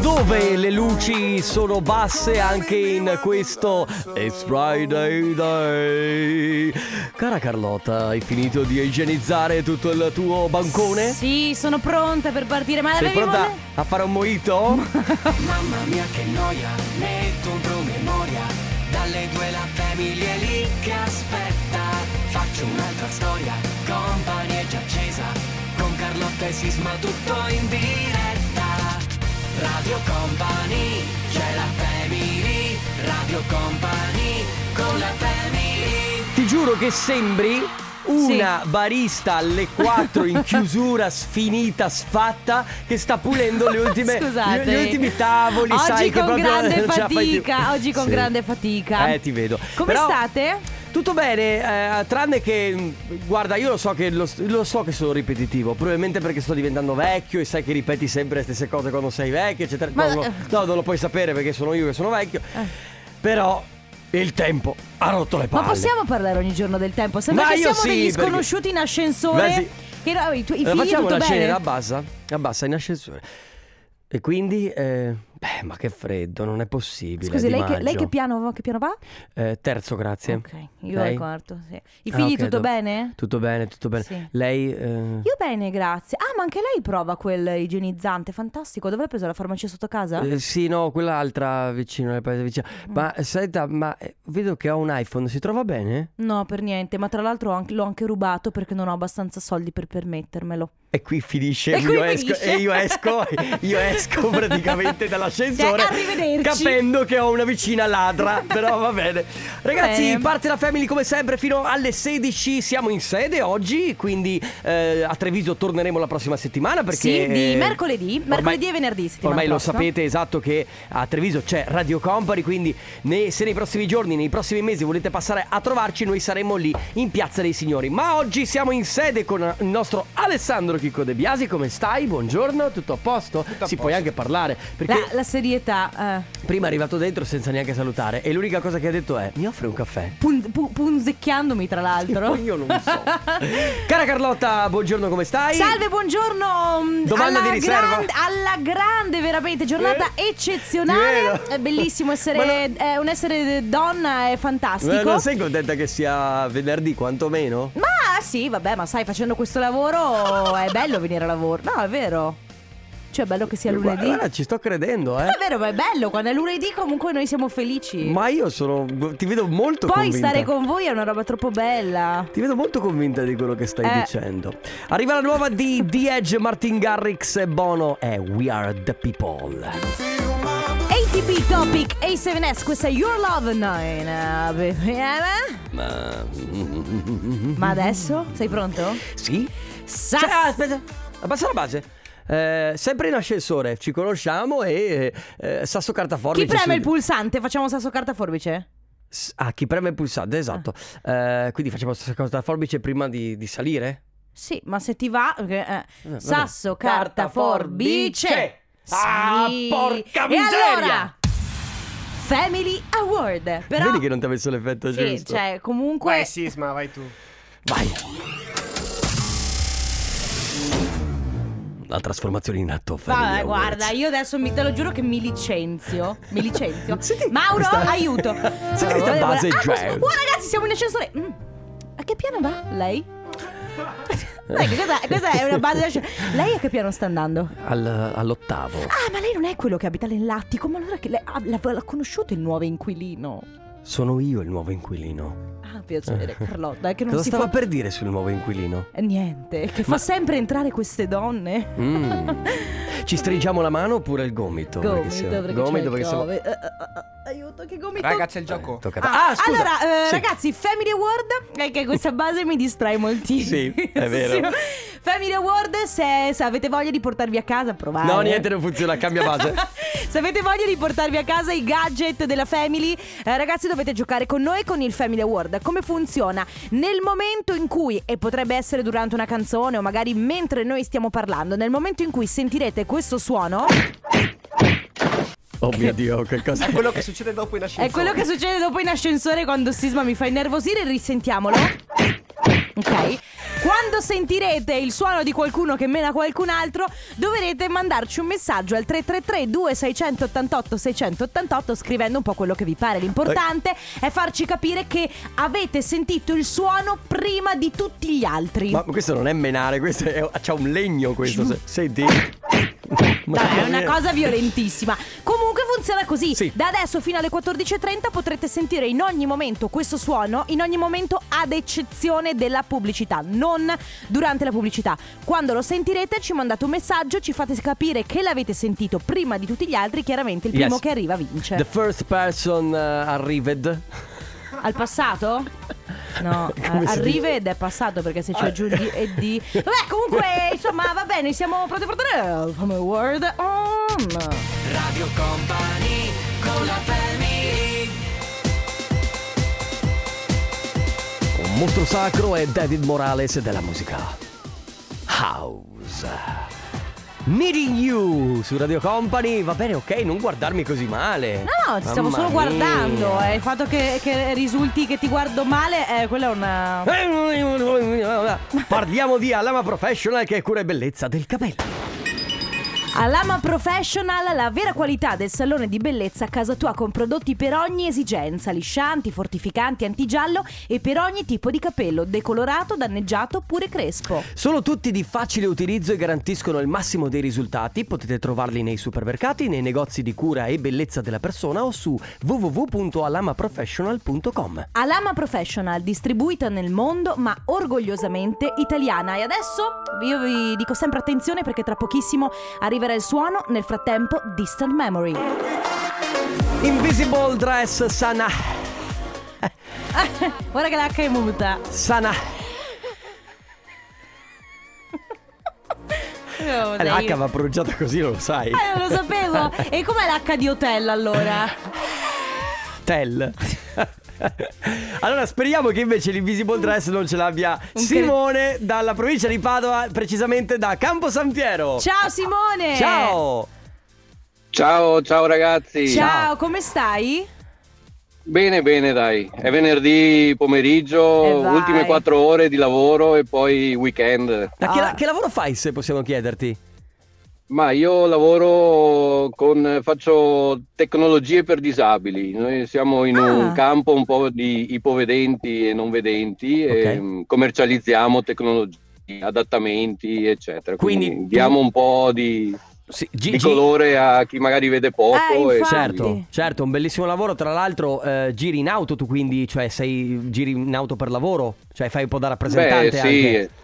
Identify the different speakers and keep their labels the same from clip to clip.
Speaker 1: dove le luci sono basse anche in questo It's Friday Day. Cara Carlotta, hai finito di igienizzare tutto il tuo bancone?
Speaker 2: Sì, sono pronta per partire, ma
Speaker 1: Sei
Speaker 2: avevi
Speaker 1: pronta
Speaker 2: voglia-
Speaker 1: a fare un mojito?
Speaker 3: Mamma mia che noia, metto un promemoria Dalle due la famiglia è lì che aspetta Faccio un'altra storia, company è già accesa Con Carlotta e Sisma tutto in diretta Radio Company, c'è la family Radio Company, con la family
Speaker 1: Ti giuro che sembri una barista alle 4 in chiusura, sfinita, sfatta, che sta pulendo le ultime,
Speaker 2: Scusate.
Speaker 1: gli, gli ultimi tavoli.
Speaker 2: Oggi
Speaker 1: sai, che
Speaker 2: con
Speaker 1: proprio
Speaker 2: grande
Speaker 1: non ce la fai più.
Speaker 2: fatica, oggi con
Speaker 1: Sì.
Speaker 2: grande fatica.
Speaker 1: Eh, ti vedo.
Speaker 2: Come
Speaker 1: Però-
Speaker 2: state?
Speaker 1: Tutto bene, eh, tranne che. mh, Guarda, io lo so che, lo, lo so che sono ripetitivo, probabilmente perché sto diventando vecchio e sai che ripeti sempre le stesse cose quando sei vecchio, eccetera.
Speaker 2: Ma- eh.
Speaker 1: No, no, no, non lo puoi sapere perché sono io che sono vecchio. Però il tempo ha rotto le palle.
Speaker 2: Ma possiamo parlare ogni giorno del tempo? Sembra
Speaker 1: Ma
Speaker 2: che
Speaker 1: io
Speaker 2: siamo
Speaker 1: sì,
Speaker 2: degli
Speaker 1: perché-
Speaker 2: sconosciuti in ascensore.
Speaker 1: Beh, sì.
Speaker 2: Che no, i, tuoi- i
Speaker 1: Eh,
Speaker 2: figli
Speaker 1: facciamo
Speaker 2: tutto
Speaker 1: una
Speaker 2: bene?
Speaker 1: scena, abbassa, abbassa in ascensore. E quindi, eh, beh, ma che freddo, non è possibile.
Speaker 2: Scusi,
Speaker 1: di
Speaker 2: lei che, lei
Speaker 1: maggio.
Speaker 2: che piano, che piano va?
Speaker 1: Eh, terzo, grazie.
Speaker 2: Ok, io
Speaker 1: Lei?
Speaker 2: al quarto, sì. I
Speaker 1: Ah,
Speaker 2: figli
Speaker 1: ok,
Speaker 2: tutto
Speaker 1: do-
Speaker 2: bene?
Speaker 1: Tutto bene, tutto bene.
Speaker 2: Sì.
Speaker 1: Lei. eh,
Speaker 2: Io bene, grazie. Ah, ma anche lei prova quel igienizzante, fantastico. Dove l'ha preso la farmacia sotto casa?
Speaker 1: Eh, sì, no, quell'altra vicino alle paese vicino.
Speaker 2: Mm.
Speaker 1: Ma senta, ma eh, vedo che ho un iPhone, si trova bene?
Speaker 2: No, per niente, ma tra l'altro ho anche- l'ho anche rubato perché non ho abbastanza soldi per permettermelo.
Speaker 1: E qui finisce,
Speaker 2: E qui
Speaker 1: io, Esco,
Speaker 2: finisce.
Speaker 1: e io esco, io esco praticamente dall'ascensore.
Speaker 2: Cioè, arrivederci.
Speaker 1: Capendo che ho una vicina ladra, però va bene. Ragazzi,
Speaker 2: Bene.
Speaker 1: parte la Family come sempre fino alle 16, siamo in sede oggi, quindi eh, a Treviso torneremo la prossima settimana perché...
Speaker 2: Sì, di
Speaker 1: eh,
Speaker 2: mercoledì, mercoledì e venerdì, settimana
Speaker 1: Ormai lo
Speaker 2: prossima.
Speaker 1: sapete, esatto, che a Treviso c'è Radio Company, quindi ne- se nei prossimi giorni, nei prossimi mesi volete passare a trovarci, noi saremo lì in Piazza dei Signori. Ma oggi siamo in sede con il nostro Alessandro Chicco De Biasi, come stai? Buongiorno, tutto a posto? si puoi anche parlare, perché
Speaker 2: La, la serietà, eh,
Speaker 1: prima è arrivato dentro senza neanche salutare e l'unica cosa che ha detto è mi offre un caffè?
Speaker 2: pun- pu- punzecchiandomi tra l'altro.
Speaker 1: Io non so. Cara Carlotta, buongiorno, come stai?
Speaker 2: Salve, buongiorno. mm,
Speaker 1: Domanda
Speaker 2: alla
Speaker 1: di riserva?
Speaker 2: grande- alla grande, veramente, giornata
Speaker 1: Eh?
Speaker 2: eccezionale.
Speaker 1: Vero.
Speaker 2: È bellissimo essere,
Speaker 1: Ma no-
Speaker 2: eh, un essere donna, è fantastico.
Speaker 1: Ma non sei contenta che sia venerdì quantomeno?
Speaker 2: Ma sì, vabbè, ma sai, facendo questo lavoro è bello venire a lavoro. No, è vero. Cioè, è bello che sia lunedì.
Speaker 1: Guarda, ci sto credendo, eh.
Speaker 2: È vero, ma è bello. Quando è lunedì, comunque, noi siamo felici.
Speaker 1: Ma io sono. Ti vedo molto
Speaker 2: Poi
Speaker 1: convinta.
Speaker 2: stare con voi è una roba troppo bella.
Speaker 1: Ti vedo molto convinta di quello che stai
Speaker 2: Eh.
Speaker 1: dicendo. Arriva la nuova di The Edge, Martin Garrix e Bono. È We Are the People.
Speaker 2: ATP Topic A7S, questa è Your Love 9. eh?
Speaker 1: Ma.
Speaker 2: Ma adesso sei pronto?
Speaker 1: Sì?
Speaker 2: Sa-
Speaker 1: Cioè, aspetta, abbassa la base. Eh, sempre in ascensore, ci conosciamo e eh, sasso carta
Speaker 2: Chi
Speaker 1: forbice.
Speaker 2: preme
Speaker 1: su-
Speaker 2: il pulsante? Facciamo sasso carta forbice?
Speaker 1: S- Ah, chi preme il pulsante, esatto.
Speaker 2: Ah.
Speaker 1: Eh, quindi facciamo sasso carta forbice prima di, di salire?
Speaker 2: Sì, ma se ti va. perché, eh,
Speaker 1: vabbè.
Speaker 2: sasso, carta,
Speaker 1: Carta,
Speaker 2: forbice.
Speaker 1: forbice. Ah,
Speaker 2: Sì.
Speaker 1: porca
Speaker 2: E
Speaker 1: miseria.
Speaker 2: allora, Family Award. Però.
Speaker 1: Vedi che non ti ha messo l'effetto
Speaker 2: sì,
Speaker 1: giusto.
Speaker 2: cioè, comunque.
Speaker 3: Sisma, vai tu
Speaker 1: Vai. La trasformazione in atto. Family
Speaker 2: Vabbè,
Speaker 1: Awards.
Speaker 2: eh, guarda, io adesso mi, te lo giuro che mi licenzio. Mi licenzio.
Speaker 1: Senti
Speaker 2: Mauro,
Speaker 1: questa-
Speaker 2: aiuto. Eh,
Speaker 1: Senti questa base
Speaker 2: ah,
Speaker 1: jazz.
Speaker 2: questo- oh, ragazzi, siamo in ascensore. Mm. A che piano va lei? Dai, che questa, questa è una base. jazz. Lei a che piano sta andando?
Speaker 1: Al- all'ottavo.
Speaker 2: Ah, ma lei non è quello che abita nell'attico. Ma allora che lei ah, l'ha, l'ha conosciuto il nuovo inquilino?
Speaker 1: Sono io il nuovo inquilino.
Speaker 2: Ah, piacere, Carlotta. È che non
Speaker 1: Eh. Cosa
Speaker 2: si
Speaker 1: stava
Speaker 2: può.
Speaker 1: per dire sul nuovo inquilino?
Speaker 2: Eh, Niente, che fa
Speaker 1: Ma-
Speaker 2: sempre entrare queste donne.
Speaker 1: Mm. Ci stringiamo la mano oppure il gomito?
Speaker 2: Gomito,
Speaker 1: siamo-
Speaker 2: perché,
Speaker 1: gomito
Speaker 2: c'è
Speaker 1: perché
Speaker 2: il
Speaker 1: siamo-
Speaker 2: Covid. Eh, eh, eh, aiuto, che gomito.
Speaker 4: Raga, c'è il
Speaker 1: Eh,
Speaker 4: gioco.
Speaker 1: tocca a te.
Speaker 2: Ah,
Speaker 1: Ah, scusa.
Speaker 2: Allora, eh,
Speaker 1: Sì.
Speaker 2: ragazzi, Family Award, è che questa base mi distrae moltissimo.
Speaker 1: Sì, è vero.
Speaker 2: Family Award, se, se avete voglia di portarvi a casa, provate.
Speaker 1: No, niente, non funziona, cambia base.
Speaker 2: Se avete voglia di portarvi a casa i gadget della Family, eh, ragazzi dovete giocare con noi con il Family Award. Come funziona? Nel momento in cui, e potrebbe essere durante una canzone o magari mentre noi stiamo parlando, nel momento in cui sentirete questo suono,
Speaker 1: Oh mio Dio, che cosa...
Speaker 4: È quello che succede dopo in ascensore.
Speaker 2: è quello che succede dopo in ascensore quando Sisma mi fa innervosire, risentiamolo. Ok. Quando sentirete il suono di qualcuno che mena qualcun altro, dovrete mandarci un messaggio al 333 2688 688 scrivendo un po' quello che vi pare. L'importante è farci capire che avete sentito il suono prima di tutti gli altri.
Speaker 1: Ma questo non è menare, questo è, c'ha un legno questo. se- Senti.
Speaker 2: Vabbè, è una
Speaker 1: Madonna.
Speaker 2: cosa violentissima. Comunque funziona così.
Speaker 1: Sì.
Speaker 2: Da adesso fino alle 14.30 potrete sentire in ogni momento questo suono, in ogni momento ad eccezione della pubblicità, non durante la pubblicità. Quando lo sentirete ci mandate un messaggio, ci fate capire che l'avete sentito prima di tutti gli altri, chiaramente il
Speaker 1: Yes.
Speaker 2: primo che arriva vince.
Speaker 1: The first person uh, arrived.
Speaker 2: Al passato? No, eh,
Speaker 1: Come si dice?
Speaker 2: arriva ed è passato perché se ci
Speaker 1: Ah.
Speaker 2: aggiungi e di... Vabbè, comunque, insomma, va bene, siamo pronti a portare... eh, Come word on.
Speaker 3: Radio Company con la family
Speaker 1: Un mostro sacro è David Morales della musica House. Needing You su Radio Company, va bene, ok, non guardarmi così male.
Speaker 2: No, no, ti stiamo
Speaker 1: Mamma
Speaker 2: solo
Speaker 1: mia.
Speaker 2: guardando. eh, il fatto che, che risulti che ti guardo male, eh, quella è una.
Speaker 1: Parliamo di Alama Professional che cura e bellezza del capello.
Speaker 2: Alama Professional, la vera qualità del salone di bellezza a casa tua con prodotti per ogni esigenza, liscianti, fortificanti, antigiallo e per ogni tipo di capello, decolorato, danneggiato oppure crespo.
Speaker 1: Sono tutti di facile utilizzo e garantiscono il massimo dei risultati. Potete trovarli nei supermercati, nei negozi di cura e bellezza della persona o su www.alamaprofessional.com.
Speaker 2: Alama Professional, distribuita nel mondo ma orgogliosamente italiana. E adesso io vi dico sempre attenzione perché tra pochissimo arriverà il suono, nel frattempo Distant Memory.
Speaker 1: Invisible Dress Sana
Speaker 2: Ora che l'H è muta.
Speaker 1: Sana Eh,
Speaker 2: Eh,
Speaker 1: L'H va pronunciata così, lo sai.
Speaker 2: non lo sapevo. E com'è l'H di hotel allora?
Speaker 1: Tel. Allora speriamo che invece l'invisible dress non ce l'abbia
Speaker 2: cre-
Speaker 1: Simone dalla provincia di Padova, precisamente da Campo San Piero.
Speaker 2: Ciao Simone!
Speaker 1: Ciao.
Speaker 4: Ciao, ciao ragazzi.
Speaker 2: Ciao, come stai?
Speaker 4: Bene, bene, dai. È venerdì
Speaker 2: E
Speaker 4: pomeriggio,
Speaker 2: vai.
Speaker 4: ultime quattro ore di lavoro e poi weekend.
Speaker 1: Ma che,
Speaker 2: Ah.
Speaker 1: la- che lavoro fai se possiamo chiederti?
Speaker 4: Ma io lavoro con, faccio tecnologie per disabili. Noi siamo in
Speaker 2: Ah.
Speaker 4: un campo un po' di ipovedenti e non vedenti e
Speaker 1: Ok.
Speaker 4: mm, commercializziamo tecnologie, adattamenti, eccetera.
Speaker 1: Quindi-
Speaker 4: Quindi, diamo un po' di,
Speaker 1: Sì,
Speaker 4: di
Speaker 1: Gigi.
Speaker 4: colore a chi magari vede poco.
Speaker 2: Eh,
Speaker 4: e-
Speaker 2: infatti.
Speaker 1: Certo, certo, un bellissimo lavoro. Tra l'altro, eh, giri in auto tu, quindi, cioè, sei, giri in auto per lavoro, cioè, fai un po' da rappresentante.
Speaker 4: Beh,
Speaker 1: anche.
Speaker 4: sì.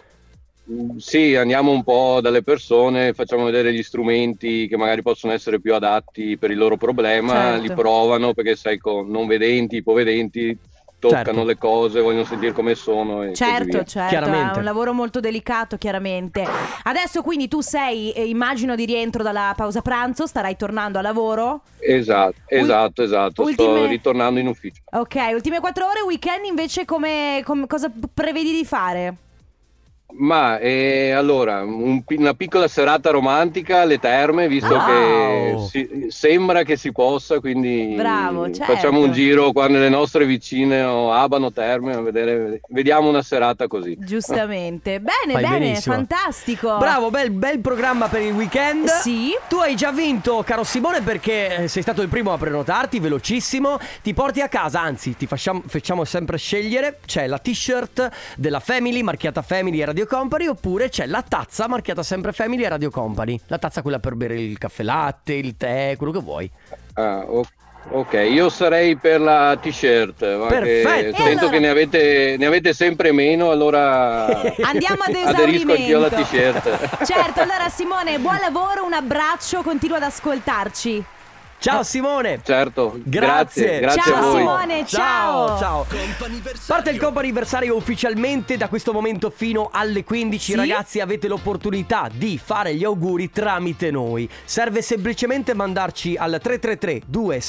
Speaker 4: Mm, Sì, andiamo un po' dalle persone, facciamo vedere gli strumenti che magari possono essere più adatti per il loro problema,
Speaker 2: Certo.
Speaker 4: li provano perché sai con non vedenti, ipovedenti toccano
Speaker 1: Certo.
Speaker 4: le cose, vogliono sentire come sono e così
Speaker 2: Certo,
Speaker 4: via.
Speaker 2: certo,
Speaker 1: Chiaramente.
Speaker 2: è un lavoro molto delicato, chiaramente. Adesso quindi tu sei, eh, immagino, di rientro dalla pausa pranzo, starai tornando a lavoro.
Speaker 4: Esatto, esatto, esatto, sto
Speaker 2: ultime-
Speaker 4: ritornando in ufficio.
Speaker 2: Ok, ultime quattro ore, weekend invece come, come- cosa prevedi di fare?
Speaker 4: Ma eh, allora, un pi- una piccola serata romantica alle terme, visto
Speaker 1: Wow.
Speaker 4: che si- sembra che si possa, quindi
Speaker 2: Bravo, certo.
Speaker 4: facciamo un giro qua nelle nostre vicine o Abano Terme, a vedere, vediamo una serata così.
Speaker 2: Giustamente. Bene,
Speaker 1: Fai
Speaker 2: bene,
Speaker 1: benissimo.
Speaker 2: fantastico.
Speaker 1: Bravo, bel, bel programma per il weekend.
Speaker 2: Sì.
Speaker 1: Tu hai già vinto, caro Simone, perché eh, sei stato il primo a prenotarti, velocissimo. Ti porti a casa, anzi, ti facciamo, facciamo sempre scegliere. C'è la t-shirt della Family, marchiata Family e Radio Company, oppure c'è la tazza marchiata sempre Family e Radio Company. La tazza quella per bere il caffè latte, il tè, quello che vuoi.
Speaker 4: Ah, o- ok, io sarei per la t-shirt, ma che
Speaker 1: Perfetto.
Speaker 4: sento
Speaker 2: E allora?
Speaker 4: che ne avete, ne avete sempre meno, allora
Speaker 2: Andiamo ad esaurimento.
Speaker 4: aderisco anch'io alla t-shirt.
Speaker 2: Certo, allora Simone, buon lavoro, un abbraccio, continua ad ascoltarci.
Speaker 1: Ciao Simone!
Speaker 4: Certo,
Speaker 1: Grazie.
Speaker 4: grazie, grazie
Speaker 2: Ciao,
Speaker 4: a voi.
Speaker 2: Simone. ciao.
Speaker 1: Ciao, Parte il compo anniversario ufficialmente da questo momento fino alle 15
Speaker 2: Sì.
Speaker 1: Ragazzi avete l'opportunità di fare gli auguri tramite noi Serve semplicemente mandarci al 333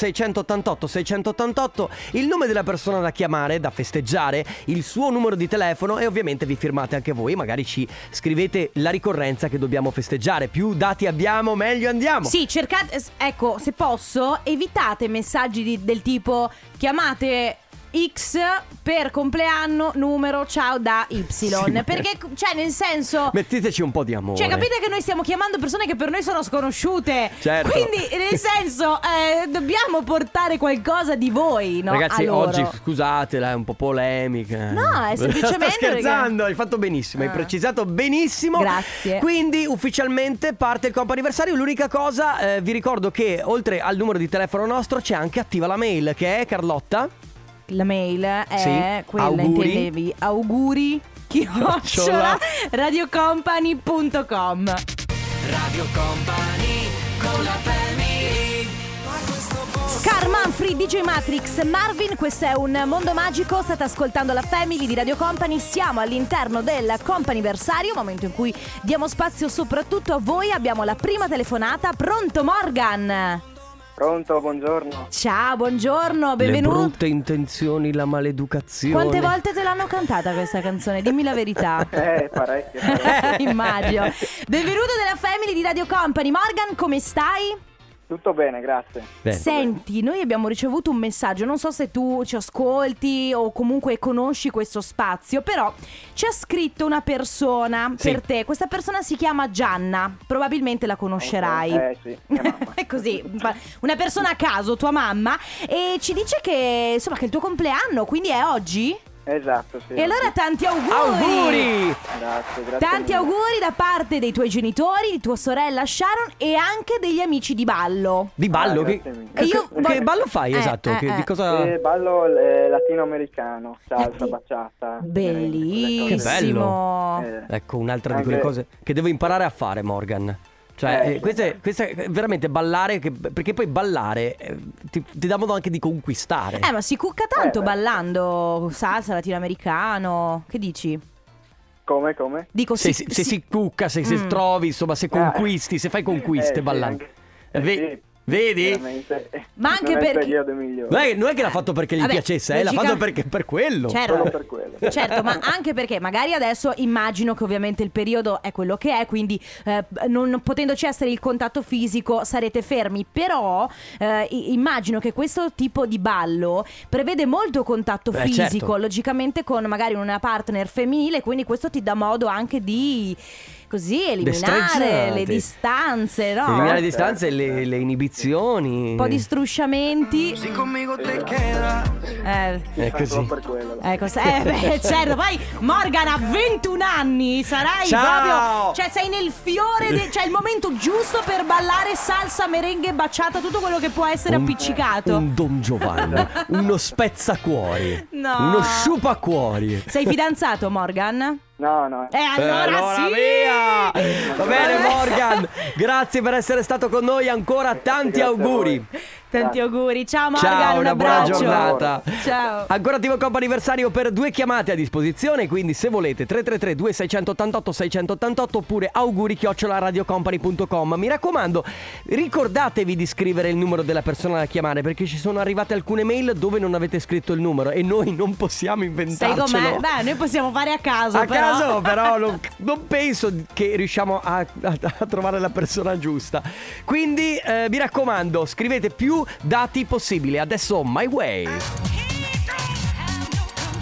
Speaker 1: 2688 688 Il nome della persona da chiamare, da festeggiare Il suo numero di telefono e ovviamente vi firmate anche voi Magari ci scrivete la ricorrenza che dobbiamo festeggiare Più dati abbiamo meglio andiamo
Speaker 2: Sì, cercate, s- ecco, se posso, evitate messaggi di- del tipo chiamate X per compleanno numero ciao da Y.
Speaker 1: Sì.
Speaker 2: Perché, cioè, nel senso.
Speaker 1: Metteteci un po' di amore.
Speaker 2: Cioè, capite che noi stiamo chiamando persone che per noi sono sconosciute.
Speaker 1: Certo.
Speaker 2: Quindi, nel senso, eh, dobbiamo portare qualcosa di voi, no?
Speaker 1: Ragazzi,
Speaker 2: A loro.
Speaker 1: oggi scusatela, è un po' polemica.
Speaker 2: No, è semplicemente,
Speaker 1: Sto scherzando, hai fatto benissimo, hai
Speaker 2: Ah.
Speaker 1: precisato benissimo.
Speaker 2: Grazie.
Speaker 1: Quindi, ufficialmente parte il compo anniversario. L'unica cosa, eh, vi ricordo che oltre al numero di telefono nostro c'è anche attiva la mail che è Carlotta.
Speaker 2: La mail è
Speaker 1: Sì.
Speaker 2: quella,
Speaker 1: Auguri.
Speaker 2: intendevi. Auguri. Chiocciola
Speaker 1: Chiocciola.
Speaker 2: radiocompany.com
Speaker 3: Radio Company con la family
Speaker 2: Scar Manfrey, DJ Matrix, Marvin, questo è un mondo magico, state ascoltando la Family di Radio Company, siamo all'interno del companiversario, momento in cui diamo spazio soprattutto a voi, abbiamo la prima telefonata, pronto Morgan?
Speaker 5: Pronto, buongiorno.
Speaker 2: Ciao, buongiorno,
Speaker 1: Le
Speaker 2: benvenuto.
Speaker 1: brutte intenzioni, la maleducazione.
Speaker 2: Quante volte te l'hanno cantata questa canzone? Dimmi la verità.
Speaker 5: Eh, parecchio. parecchio.
Speaker 2: Immagino. Benvenuto della Family di Radio Company. Morgan, come stai?
Speaker 5: Tutto bene, grazie.
Speaker 1: Bene.
Speaker 2: Senti, noi abbiamo ricevuto un messaggio, non so se tu ci ascolti o comunque conosci questo spazio, però ci ha scritto una persona
Speaker 1: Sì.
Speaker 2: per te. Questa persona si chiama Gianna, probabilmente la conoscerai.
Speaker 5: Eh sì, mia mamma.
Speaker 2: È così, fa- una persona a caso, tua mamma, e ci dice che insomma che è il tuo compleanno, quindi è oggi?
Speaker 5: Esatto, sì.
Speaker 2: E allora tanti
Speaker 1: Auguri!
Speaker 5: Grazie, grazie.
Speaker 2: Tanti
Speaker 5: mille. Ah,
Speaker 2: auguri da parte dei tuoi genitori, di tua sorella Sharon e anche degli amici di ballo.
Speaker 1: Di ballo,
Speaker 5: Ah,
Speaker 1: che,
Speaker 5: grazie mille.
Speaker 1: che-
Speaker 2: E io
Speaker 1: che
Speaker 2: voglio-
Speaker 1: ballo fai?
Speaker 2: Eh,
Speaker 1: esatto,
Speaker 2: eh,
Speaker 1: che- di
Speaker 2: eh.
Speaker 1: cosa...
Speaker 5: Eh, ballo eh, latinoamericano, salsa,
Speaker 2: Eh,
Speaker 5: baciata.
Speaker 2: Bellissimo.
Speaker 1: Che bello.
Speaker 5: Eh.
Speaker 1: Ecco, un'altra di
Speaker 5: Anche-
Speaker 1: quelle cose che devo imparare a fare, Morgan. Cioè,
Speaker 5: Eh.
Speaker 1: eh, questa, è, questa è veramente ballare, che- perché poi ballare eh, ti, ti dà modo anche di conquistare.
Speaker 2: Eh, ma si cucca tanto
Speaker 5: Eh, beh.
Speaker 2: ballando salsa latinoamericano. Che dici?
Speaker 5: Come, come?
Speaker 2: Dico
Speaker 1: se,
Speaker 2: sì.
Speaker 1: si- se si cucca, se, se
Speaker 2: Mm.
Speaker 1: trovi, insomma, se conquisti, se fai
Speaker 5: Eh,
Speaker 1: conquiste
Speaker 5: sì,
Speaker 1: ballando.
Speaker 5: anche-
Speaker 1: Eh, ve-
Speaker 5: sì,
Speaker 1: Vedi?
Speaker 5: veramente-
Speaker 2: Ma anche
Speaker 5: veramente
Speaker 2: perché-
Speaker 5: io dei migliori.
Speaker 1: Non è, non è che l'ha fatto perché gli
Speaker 2: Vabbè,
Speaker 1: piacesse, eh, l'ha fatto
Speaker 2: logicamente-
Speaker 1: perché, per quello.
Speaker 2: Certo.
Speaker 5: Solo per quello.
Speaker 1: Eh,
Speaker 2: Certo, ma anche perché magari adesso immagino che ovviamente il periodo è quello che è, quindi eh, non potendoci essere il contatto fisico sarete fermi, però eh, i- immagino che questo tipo di ballo prevede molto contatto
Speaker 1: Beh,
Speaker 2: fisico,
Speaker 1: certo.
Speaker 2: logicamente con magari una partner femminile, quindi questo ti dà modo anche di così eliminare
Speaker 1: Destreggiate.
Speaker 2: le distanze, no?
Speaker 1: Eliminare le
Speaker 5: Certo.
Speaker 1: distanze, e le, le inibizioni.
Speaker 2: Un po' di strusciamenti. Eh.
Speaker 1: È
Speaker 5: Solo
Speaker 1: così.
Speaker 5: per quello.
Speaker 2: Ecco, se- eh, beh, certo, poi Morgan a 21 anni sarai
Speaker 1: Ciao!
Speaker 2: proprio, cioè sei nel fiore, de- cioè il momento giusto per ballare salsa, merengue, baciata, tutto quello che può essere
Speaker 1: Un-
Speaker 2: appiccicato.
Speaker 1: Un Don Giovanni, uno spezzacuori,
Speaker 2: No.
Speaker 1: uno sciupacuori.
Speaker 2: Sei fidanzato Morgan?
Speaker 5: No, no.
Speaker 2: Eh allora, sì!
Speaker 1: via! Va bene
Speaker 2: Vabbè.
Speaker 1: Morgan, grazie per essere stato con noi ancora, tanti
Speaker 5: grazie a
Speaker 1: auguri.
Speaker 5: voi.
Speaker 2: Tanti auguri, ciao Morgan,
Speaker 1: Ciao,
Speaker 2: un
Speaker 1: una buona
Speaker 2: abbraccio.
Speaker 1: giornata. Ah,
Speaker 2: Ciao.
Speaker 1: Ancora attivo Coppa Anniversario per due chiamate a disposizione, quindi se volete 333 2688 688 oppure auguri radiocompany.com. Mi raccomando, ricordatevi di scrivere il numero della persona da chiamare perché ci sono arrivate alcune mail dove non avete scritto il numero e noi non possiamo
Speaker 2: Sei
Speaker 1: inventarcelo.
Speaker 2: com'è? Beh, noi possiamo fare a caso,
Speaker 1: A
Speaker 2: però.
Speaker 1: caso però non, non penso che riusciamo a, a- a trovare la persona giusta. Quindi eh, mi raccomando, scrivete più dati possibili. Adesso My Way.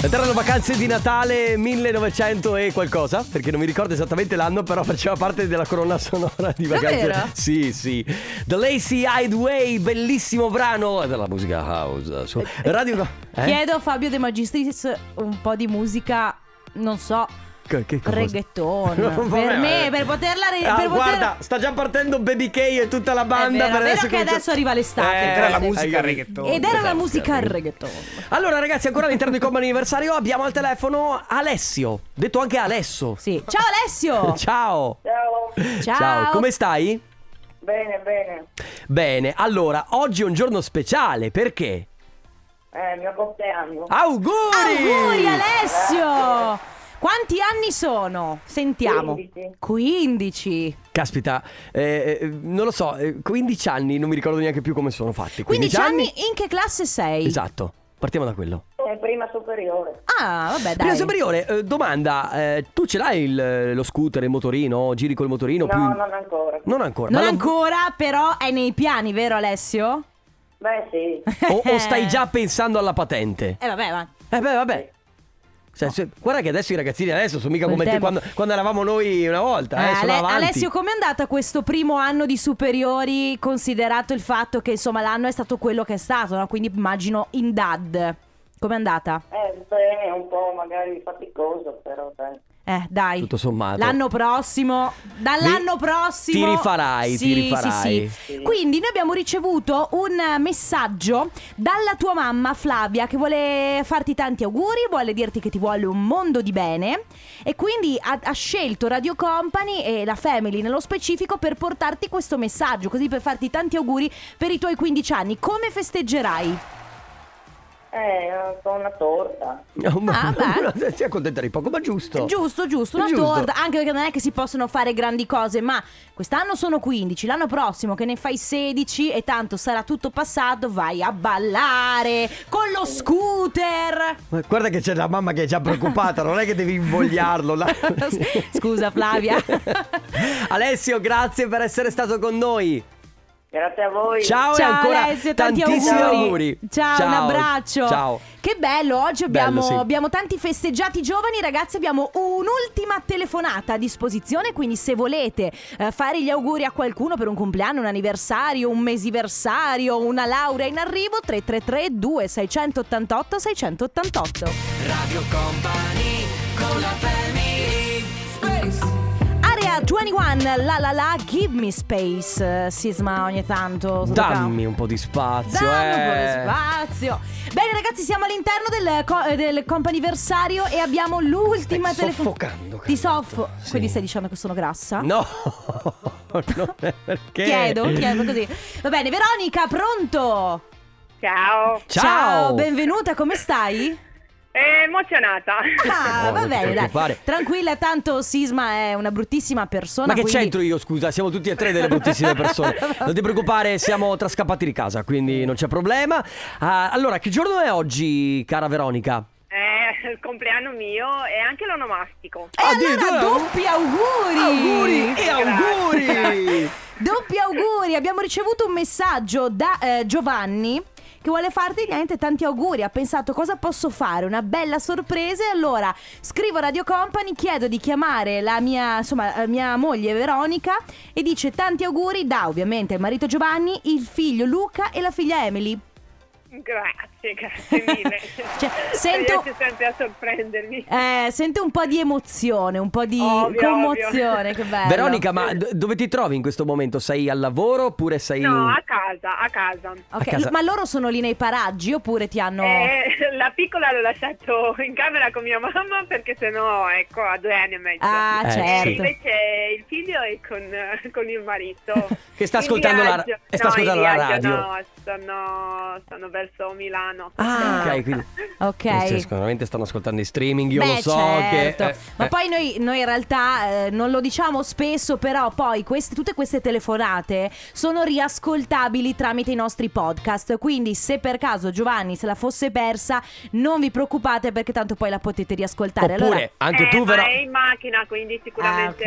Speaker 1: Erano vacanze di Natale 1900 e qualcosa, perché non mi ricordo esattamente l'anno, però faceva parte della colonna sonora di vacanze.
Speaker 2: Davvero?
Speaker 1: Sì, sì. The Lazy Hideaway, bellissimo brano della musica house. su Radio eh?
Speaker 2: Chiedo a Fabio De Magistris un po' di musica, non so,
Speaker 1: Che- che cosa?
Speaker 2: Reggaeton
Speaker 1: Vabbè,
Speaker 2: Per me
Speaker 1: vabbè.
Speaker 2: Per poterla re-
Speaker 1: Ah,
Speaker 2: per poter-
Speaker 1: guarda, sta già partendo Baby K e tutta la banda.
Speaker 2: vero,
Speaker 1: per
Speaker 2: vero
Speaker 1: adesso Eh,
Speaker 2: che adesso arriva l'estate.
Speaker 6: Era la
Speaker 2: sì.
Speaker 6: musica
Speaker 1: hai-
Speaker 6: reggaeton.
Speaker 2: Ed era la
Speaker 1: Esatto,
Speaker 2: musica
Speaker 1: sì.
Speaker 2: reggaeton
Speaker 1: Allora, ragazzi, ancora all'interno di Combo Anniversario abbiamo al telefono Alessio, detto anche Alesso.
Speaker 2: Sì Ciao Alessio
Speaker 1: Ciao.
Speaker 7: Ciao,
Speaker 2: Ciao.
Speaker 1: come stai?
Speaker 7: bene, bene.
Speaker 1: Bene, allora, oggi è un giorno speciale perché?
Speaker 7: Eh, mio compleanno.
Speaker 1: Auguri!
Speaker 2: Auguri Alessio Quanti anni sono? Sentiamo
Speaker 7: 15.
Speaker 2: 15
Speaker 1: Caspita, eh, eh, non lo so, eh, 15 anni, non mi ricordo neanche più come sono fatti.
Speaker 2: 15 anni In che classe sei?
Speaker 1: Esatto, partiamo da quello.
Speaker 7: È prima superiore.
Speaker 2: Ah vabbè dai
Speaker 1: Prima superiore, eh, domanda, eh, tu ce l'hai il- lo scooter, il motorino, giri col motorino?
Speaker 7: No,
Speaker 1: più in-
Speaker 7: non ancora.
Speaker 1: Non ancora.
Speaker 2: Non
Speaker 1: ma lo-
Speaker 2: ancora però è nei piani vero Alessio?
Speaker 7: Beh, sì.
Speaker 1: O, o stai già pensando alla patente?
Speaker 2: Eh vabbè, va.
Speaker 1: Eh beh, vabbè. Cioè, se- guarda che adesso i ragazzini adesso sono mica
Speaker 2: Col
Speaker 1: come te
Speaker 2: tempo.
Speaker 1: quando, quando eravamo noi una volta. eh,
Speaker 2: Eh,
Speaker 1: sono
Speaker 2: Ale-
Speaker 1: avanti.
Speaker 2: Alessio, com'è andata questo primo anno di superiori, considerato il fatto che insomma l'anno è stato quello che è stato, no? quindi immagino in DAD. Com'è andata?
Speaker 7: Eh, bene, un po' magari faticoso, però dai.
Speaker 2: Eh, dai.
Speaker 1: Tutto sommato.
Speaker 2: L'anno prossimo, dall'anno
Speaker 1: Ti-
Speaker 2: prossimo
Speaker 1: ti rifarai, ti
Speaker 2: Sì,
Speaker 1: rifarai.
Speaker 2: Sì, sì. Quindi noi abbiamo ricevuto un eh, messaggio dalla tua mamma Flavia che vuole farti tanti auguri, vuole dirti che ti vuole un mondo di bene e quindi ha, ha scelto Radio Company e la Family nello specifico per portarti questo messaggio, così per farti tanti auguri per i tuoi 15 anni. Come festeggerai?
Speaker 7: Eh, con una torta.
Speaker 1: Oh, ma-
Speaker 2: Ah, beh.
Speaker 1: ma- si accontenta di poco, ma giusto.
Speaker 2: Giusto, giusto, una
Speaker 1: Giusto.
Speaker 2: torta, anche perché non è che si possono fare grandi cose, ma quest'anno sono 15, l'anno prossimo che ne fai 16 e tanto sarà tutto passato, vai a ballare con lo scooter.
Speaker 1: Ma guarda che c'è la mamma che è già preoccupata, non è che devi invogliarlo. la-
Speaker 2: Scusa Flavia.
Speaker 1: Alessio, grazie per essere stato con noi.
Speaker 7: Grazie a voi.
Speaker 1: Ciao, e
Speaker 2: Ciao
Speaker 1: ancora
Speaker 2: Alessio, tanti
Speaker 1: tantissimi
Speaker 2: auguri.
Speaker 1: auguri.
Speaker 2: Ciao, un abbraccio.
Speaker 1: Ciao.
Speaker 2: Che bello, oggi abbiamo,
Speaker 1: Bello, sì.
Speaker 2: abbiamo tanti festeggiati giovani, ragazzi, abbiamo un'ultima telefonata a disposizione, quindi se volete eh, fare gli auguri a qualcuno per un compleanno, un anniversario, un mesiversario, una laurea in arrivo, 333 2688 688.
Speaker 3: Radio Company con la family
Speaker 2: Area 21, la la la, give me space, eh, sisma ogni tanto. sto toccando.
Speaker 1: Dammi un po' di spazio.
Speaker 2: Dammi un po'
Speaker 1: eh.
Speaker 2: di spazio. Bene, ragazzi, siamo all'interno del, co- eh, del companiversario e abbiamo l'ultima
Speaker 1: Stai
Speaker 2: telefonata.
Speaker 1: soffocando,
Speaker 2: Ti
Speaker 1: Carlotta,
Speaker 2: soffo.
Speaker 1: sì.
Speaker 2: Quindi stai dicendo che sono grassa?
Speaker 1: No, non è perché.
Speaker 2: Chiedo, chiedo così. Va bene, Veronica, pronto?
Speaker 6: Ciao,
Speaker 1: Ciao.
Speaker 2: benvenuta, come stai?
Speaker 6: è Eh, emozionata.
Speaker 2: Ah,
Speaker 1: No,
Speaker 2: va
Speaker 1: non ti
Speaker 2: bene, dai.
Speaker 1: preoccupare.
Speaker 2: Tranquilla, tanto Sisma è una bruttissima persona.
Speaker 1: Ma che
Speaker 2: quindi-
Speaker 1: c'entro io, scusa? Siamo tutti e tre delle bruttissime persone. Non ti preoccupare, siamo trascappati di casa, quindi non c'è problema. Ah, allora, che giorno è oggi, cara Veronica?
Speaker 6: È il Eh, compleanno mio e anche l'onomastico.
Speaker 2: E allora,
Speaker 1: Ah, Addirittura-
Speaker 2: doppi auguri!
Speaker 1: Auguri e auguri!
Speaker 6: Grazie.
Speaker 2: Doppi auguri, abbiamo ricevuto un messaggio da eh, Giovanni che vuole farti niente tanti auguri, ha pensato cosa posso fare, una bella sorpresa e allora scrivo a Radio Company, chiedo di chiamare la mia, insomma, eh, mia moglie Veronica e dice tanti auguri da ovviamente il marito Giovanni, il figlio Luca e la figlia Emily.
Speaker 6: Grazie, grazie mille.
Speaker 2: Cioè, sento-
Speaker 6: Riesci sempre a sorprendermi.
Speaker 2: Eh, sento un po' di emozione, un po' di
Speaker 6: Ovvio,
Speaker 2: commozione,
Speaker 6: ovvio.
Speaker 2: che bello.
Speaker 1: Veronica, ma d- dove ti trovi in questo momento? Sei al lavoro oppure sei...
Speaker 6: No, a casa, a casa.
Speaker 2: Ok,
Speaker 1: a casa-
Speaker 2: ma loro sono lì nei paraggi oppure ti hanno...
Speaker 6: Eh, la piccola l'ho lasciato in camera con mia mamma perché sennò, ecco, ha due anni e mezzo.
Speaker 2: Ah,
Speaker 1: Eh,
Speaker 2: certo.
Speaker 1: sì.
Speaker 6: E invece il figlio è con, con il marito.
Speaker 1: Che sta
Speaker 6: In
Speaker 1: ascoltando la-
Speaker 6: viaggio.
Speaker 1: e sta
Speaker 6: No,
Speaker 1: ascoltando
Speaker 6: in
Speaker 1: la
Speaker 6: viaggio
Speaker 1: radio.
Speaker 6: No, stanno, stanno verso Milano.
Speaker 1: Ah, ok, quindi...
Speaker 2: certo. Ok.
Speaker 1: Cioè, sicuramente stanno ascoltando i streaming, io
Speaker 2: Beh,
Speaker 1: lo so
Speaker 2: certo.
Speaker 1: che... eh,
Speaker 2: Ma
Speaker 1: eh.
Speaker 2: poi noi, noi in realtà eh, non lo diciamo spesso, però poi queste- tutte queste telefonate sono riascoltabili tramite i nostri podcast. Quindi se per caso Giovanni se la fosse persa, non vi preoccupate perché tanto poi la potete riascoltare.
Speaker 1: Oppure
Speaker 2: Allora,
Speaker 1: anche
Speaker 6: Eh,
Speaker 1: tu,
Speaker 6: ma
Speaker 1: Vero...
Speaker 6: è in macchina, quindi sicuramente...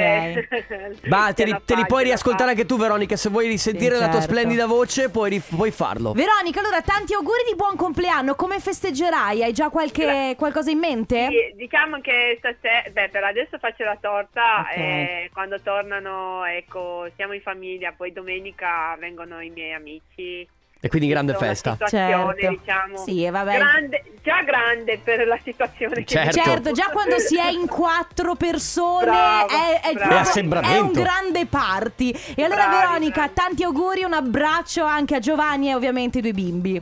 Speaker 2: Ah,
Speaker 1: Ma te li, te li puoi riascoltare
Speaker 6: anche
Speaker 1: anche tu, Veronica. Se vuoi risentire la tua
Speaker 2: certo.
Speaker 1: splendida voce, puoi, ri- puoi farlo.
Speaker 2: Veronica, allora tanti auguri di buon compleanno. Come festeggerai? Hai già qualche- qualcosa in mente?
Speaker 6: Sì, diciamo che stasera, beh, per adesso faccio la torta
Speaker 2: Ok.
Speaker 6: e quando tornano, ecco, siamo in famiglia, poi domenica vengono i miei amici.
Speaker 1: E quindi grande
Speaker 6: Insomma,
Speaker 1: festa.
Speaker 6: La situazione,
Speaker 2: Certo.
Speaker 6: diciamo.
Speaker 2: Sì, e vabbè.
Speaker 6: Grande, già grande per la situazione. che
Speaker 1: Certo.
Speaker 2: Certo, già quando si è in quattro persone
Speaker 6: Bravo,
Speaker 2: è, è
Speaker 6: bravo.
Speaker 2: proprio-
Speaker 6: È
Speaker 1: assembramento.
Speaker 2: è un grande party. E allora
Speaker 6: Bravi,
Speaker 2: Veronica,
Speaker 6: bravi.
Speaker 2: tanti auguri, un abbraccio anche a Giovanni e ovviamente ai due bimbi.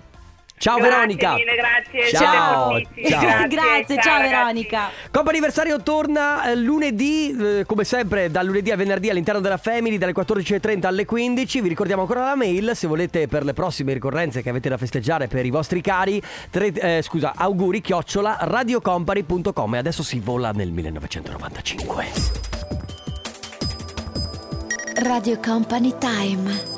Speaker 1: Ciao,
Speaker 6: Grazie
Speaker 1: Veronica.
Speaker 6: mille, grazie, siete
Speaker 1: Ciao.
Speaker 6: fortissimi.
Speaker 1: Ciao.
Speaker 2: Grazie, ciao,
Speaker 6: ciao,
Speaker 2: Veronica.
Speaker 1: Coppa anniversario torna eh, lunedì, eh, come sempre, dal lunedì al venerdì all'interno della Family, dalle 14.30 alle 15. Vi ricordiamo ancora la mail. Se volete per le prossime ricorrenze che avete da festeggiare per i vostri cari, tre- eh, scusa, auguri chiocciola radiocompany.com. E adesso si vola nel 1995.
Speaker 8: Radio Company Time.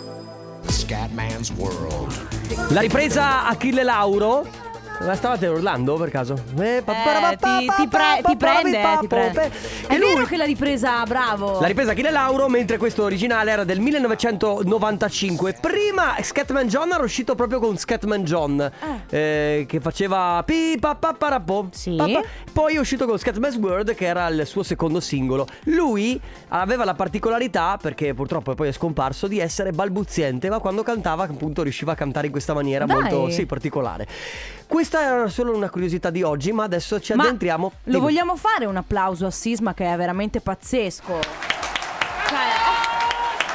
Speaker 1: La ripresa Achille Lauro Ma stavate urlando per caso? Eh, pa-
Speaker 2: Eh, ti, ti pre- ti prende, eh, ti prende. È
Speaker 1: E lui-
Speaker 2: vero che l'ha ripresa, bravo.
Speaker 1: La ripresa Achille Lauro, mentre questo originale era del 1995. Prima Scatman John era uscito proprio con Scatman John, eh, che faceva pi pa pa parapo.
Speaker 2: Ah. Sì.
Speaker 1: Pa, pa. Poi è uscito con Scatman's World, che era il suo secondo singolo. Lui aveva la particolarità, perché purtroppo poi è scomparso, di essere balbuziente, ma quando cantava, appunto, riusciva a cantare in questa maniera
Speaker 2: Dai.
Speaker 1: molto sì, particolare. Questa era solo una curiosità di oggi, ma adesso ci
Speaker 2: Ma
Speaker 1: addentriamo.
Speaker 2: Lo
Speaker 1: Dimmi.
Speaker 2: vogliamo fare un applauso a Sisma che è veramente pazzesco. Cioè,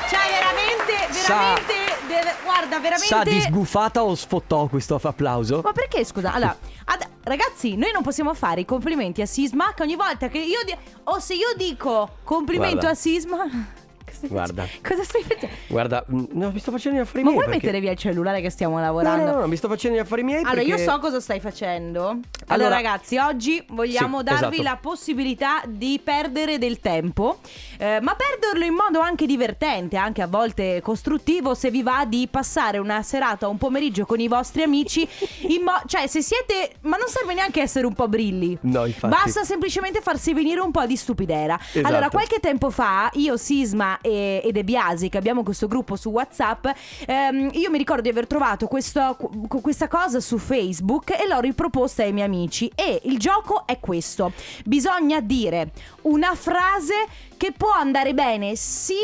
Speaker 2: cioè veramente,
Speaker 1: Sa-
Speaker 2: veramente, deve- guarda, veramente...
Speaker 1: Sa di sgufata o sfottò questo applauso?
Speaker 2: Ma perché scusa? Allora, ad- ragazzi, noi non possiamo fare i complimenti a Sisma che ogni volta che io di- o se io dico complimento
Speaker 1: Guarda.
Speaker 2: a Sisma cosa stai
Speaker 1: Guarda.
Speaker 2: facendo? Cosa stai facendo?
Speaker 1: Guarda, mh, no, mi sto facendo gli affari
Speaker 2: Ma
Speaker 1: miei.
Speaker 2: vuoi
Speaker 1: perché-
Speaker 2: mettere via il cellulare che stiamo
Speaker 1: No,
Speaker 2: lavorando?
Speaker 1: no, no, no, mi sto facendo gli affari miei.
Speaker 2: Allora, io
Speaker 1: perché-
Speaker 2: so cosa stai facendo. Allora,
Speaker 1: Allora-
Speaker 2: ragazzi, oggi vogliamo
Speaker 1: Sì,
Speaker 2: darvi
Speaker 1: esatto.
Speaker 2: la possibilità di perdere del tempo, eh, ma perderlo in modo anche divertente, anche a volte costruttivo, se vi va di passare una serata o un pomeriggio con i vostri amici. in mo- cioè, se siete. Ma non serve neanche essere un po' brilli.
Speaker 1: No, infatti.
Speaker 2: Basta semplicemente farsi venire un po' di stupidera.
Speaker 1: Esatto.
Speaker 2: Allora, qualche tempo fa, io, Sisma e, e De Biasi, che abbiamo questo gruppo su WhatsApp, ehm, io mi ricordo di aver trovato questo- qu- questa cosa su Facebook e l'ho riproposta ai miei amici. E il gioco è questo: bisogna dire una frase che può andare bene sia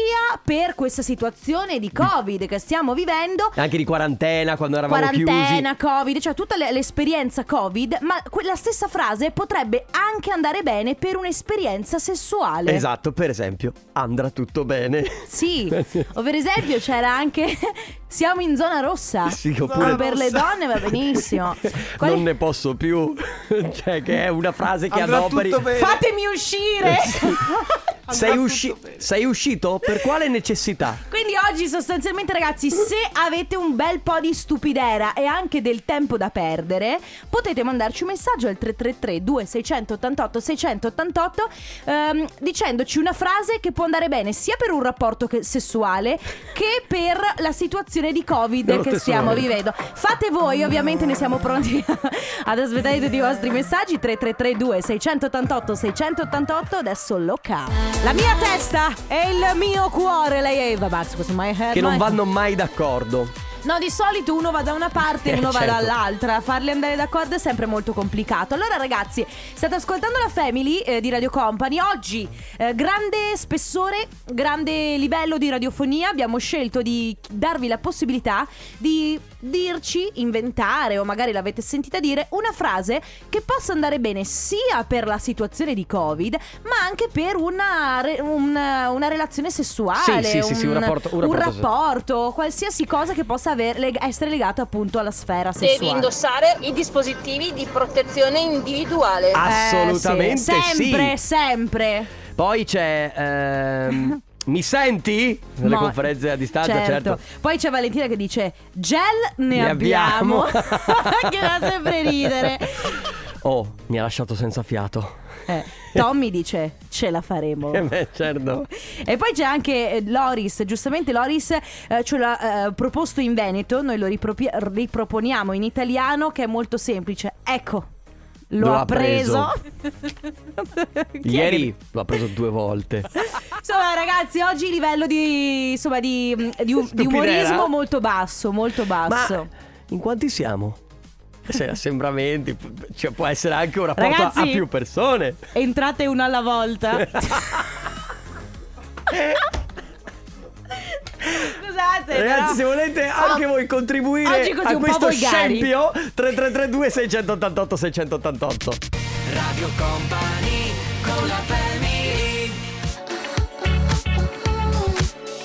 Speaker 2: per questa situazione di Covid che stiamo vivendo,
Speaker 1: Anche di quarantena, quando eravamo chiusi.
Speaker 2: quarantena, covid, cioè tutta le- l'esperienza covid, ma quella stessa frase potrebbe anche andare bene per un'esperienza sessuale.
Speaker 1: Esatto, per esempio, andrà tutto bene.
Speaker 2: Sì, o per esempio c'era anche siamo in zona rossa.
Speaker 1: Sì,
Speaker 2: Ah,
Speaker 1: oppure...
Speaker 2: per le donne va benissimo. Quali-
Speaker 1: Non ne posso più. cioè, che è una frase che adoperi.
Speaker 2: Fatemi uscire!
Speaker 1: Eh, Sei, usci- sei uscito? Per quale necessità?
Speaker 2: Quindi oggi sostanzialmente ragazzi se avete un bel po' di stupidera e anche del tempo da perdere potete mandarci un messaggio al 333 2688 688 ehm, dicendoci una frase che può andare bene sia per un rapporto che- sessuale che per la situazione di covid
Speaker 1: Nello
Speaker 2: che
Speaker 1: stesso
Speaker 2: stiamo
Speaker 1: momento.
Speaker 2: vivendo. Fate voi ovviamente ne siamo pronti ad aspettare tutti i vostri messaggi 3332 688 688 adesso loca. La mia testa e il mio cuore lei è Eva Max, questo è my head.
Speaker 1: Che non
Speaker 2: my-
Speaker 1: vanno mai d'accordo.
Speaker 2: No, di solito uno va da una parte e
Speaker 1: Eh,
Speaker 2: uno va
Speaker 1: certo.
Speaker 2: dall'altra. Farli andare d'accordo è sempre molto complicato. Allora, ragazzi, state ascoltando la Family eh, di Radio Company. Oggi, eh, grande spessore, grande livello di radiofonia. Abbiamo scelto di darvi la possibilità di dirci, inventare, o magari l'avete sentita dire, una frase che possa andare bene sia per la situazione di Covid, ma anche per una, re- un- una relazione sessuale.
Speaker 1: Sì, sì, sì, sì, un rapporto- un
Speaker 2: un
Speaker 1: rapporto-
Speaker 2: rapporto, qualsiasi cosa che possa aver- leg- essere legata appunto alla sfera sessuale.
Speaker 9: indossare i dispositivi di protezione individuale.
Speaker 2: Eh,
Speaker 1: Assolutamente
Speaker 2: sì. Sempre,
Speaker 1: sì.
Speaker 2: sempre.
Speaker 1: Poi c'è. ehm, mi senti? Nelle
Speaker 2: Ma-
Speaker 1: conferenze a distanza, certo.
Speaker 2: Poi c'è Valentina che dice gel ne,
Speaker 1: Ne abbiamo."
Speaker 2: che fa sempre ridere.
Speaker 1: Oh, mi ha lasciato senza fiato.
Speaker 2: Eh, Tommy dice ce la faremo.
Speaker 1: Eh beh, certo.
Speaker 2: E poi c'è anche eh, Loris, giustamente Loris eh, ce l'ha eh, proposto in Veneto, noi lo ripropi- riproponiamo in italiano che è molto semplice. Ecco. Lo,
Speaker 1: Lo
Speaker 2: ha
Speaker 1: ha
Speaker 2: preso,
Speaker 1: preso.
Speaker 2: Chi è
Speaker 1: Ieri l'ho preso due volte.
Speaker 2: Insomma, ragazzi, oggi livello di, insomma, di, mm, di, di
Speaker 1: Stupidera.
Speaker 2: umorismo molto basso, molto
Speaker 1: Ma
Speaker 2: basso.
Speaker 1: in quanti siamo? Se assembramenti, p- cioè può essere anche un rapporto a- a
Speaker 2: Ragazzi.
Speaker 1: più persone.
Speaker 2: Entrate una alla volta. Scusate.
Speaker 1: Ragazzi, se
Speaker 2: però-
Speaker 1: volete anche
Speaker 2: Oh,
Speaker 1: voi contribuire
Speaker 2: eh, oggi così
Speaker 1: a
Speaker 2: un po'
Speaker 1: questo
Speaker 2: volgari.
Speaker 1: scempio, 3332 688 688.
Speaker 3: Radio Company con la family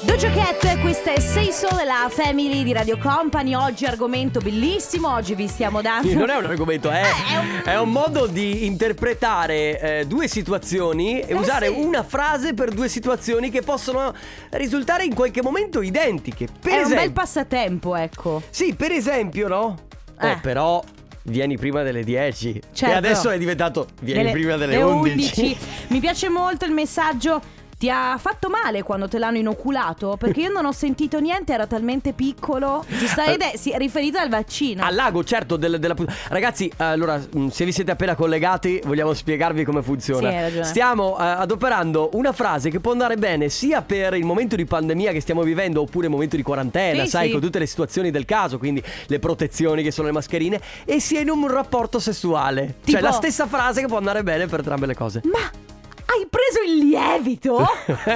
Speaker 2: Doja Cat, questa è Sei Sole, la family di Radio Company. Oggi argomento bellissimo, oggi vi stiamo dando.
Speaker 1: Non è un argomento, è,
Speaker 2: Eh, è un-
Speaker 1: è un modo di interpretare eh, due situazioni e usare
Speaker 2: Eh, sì.
Speaker 1: una frase per due situazioni che possono risultare in qualche momento identiche. Per
Speaker 2: è un
Speaker 1: esempio,
Speaker 2: bel passatempo, ecco.
Speaker 1: Sì, per esempio, no?
Speaker 2: Eh.
Speaker 1: Eh, però vieni prima delle 10.
Speaker 2: Certo.
Speaker 1: E adesso è diventato vieni
Speaker 2: Delle-
Speaker 1: prima delle
Speaker 2: le
Speaker 1: 11.
Speaker 2: 11. Mi piace molto il messaggio. Ti ha fatto male quando te l'hanno inoculato? Perché io non ho sentito niente, era talmente piccolo. Giusta
Speaker 1: Eh.
Speaker 2: ed è si è riferita al vaccino.
Speaker 1: Al lago, certo, del- della pu- Ragazzi, allora, mh, se vi siete appena collegati, vogliamo spiegarvi come funziona.
Speaker 2: Sì, hai ragione.
Speaker 1: Stiamo eh, adoperando una frase che può andare bene sia per il momento di pandemia che stiamo vivendo, oppure il momento di quarantena,
Speaker 2: Sì,
Speaker 1: sai,
Speaker 2: sì.
Speaker 1: con tutte le situazioni del caso, quindi le protezioni che sono le mascherine, e sia in un rapporto sessuale.
Speaker 2: Tipo?
Speaker 1: Cioè, la stessa frase che può andare bene per entrambe le cose.
Speaker 2: Ma hai preso il lievito?
Speaker 1: Eh,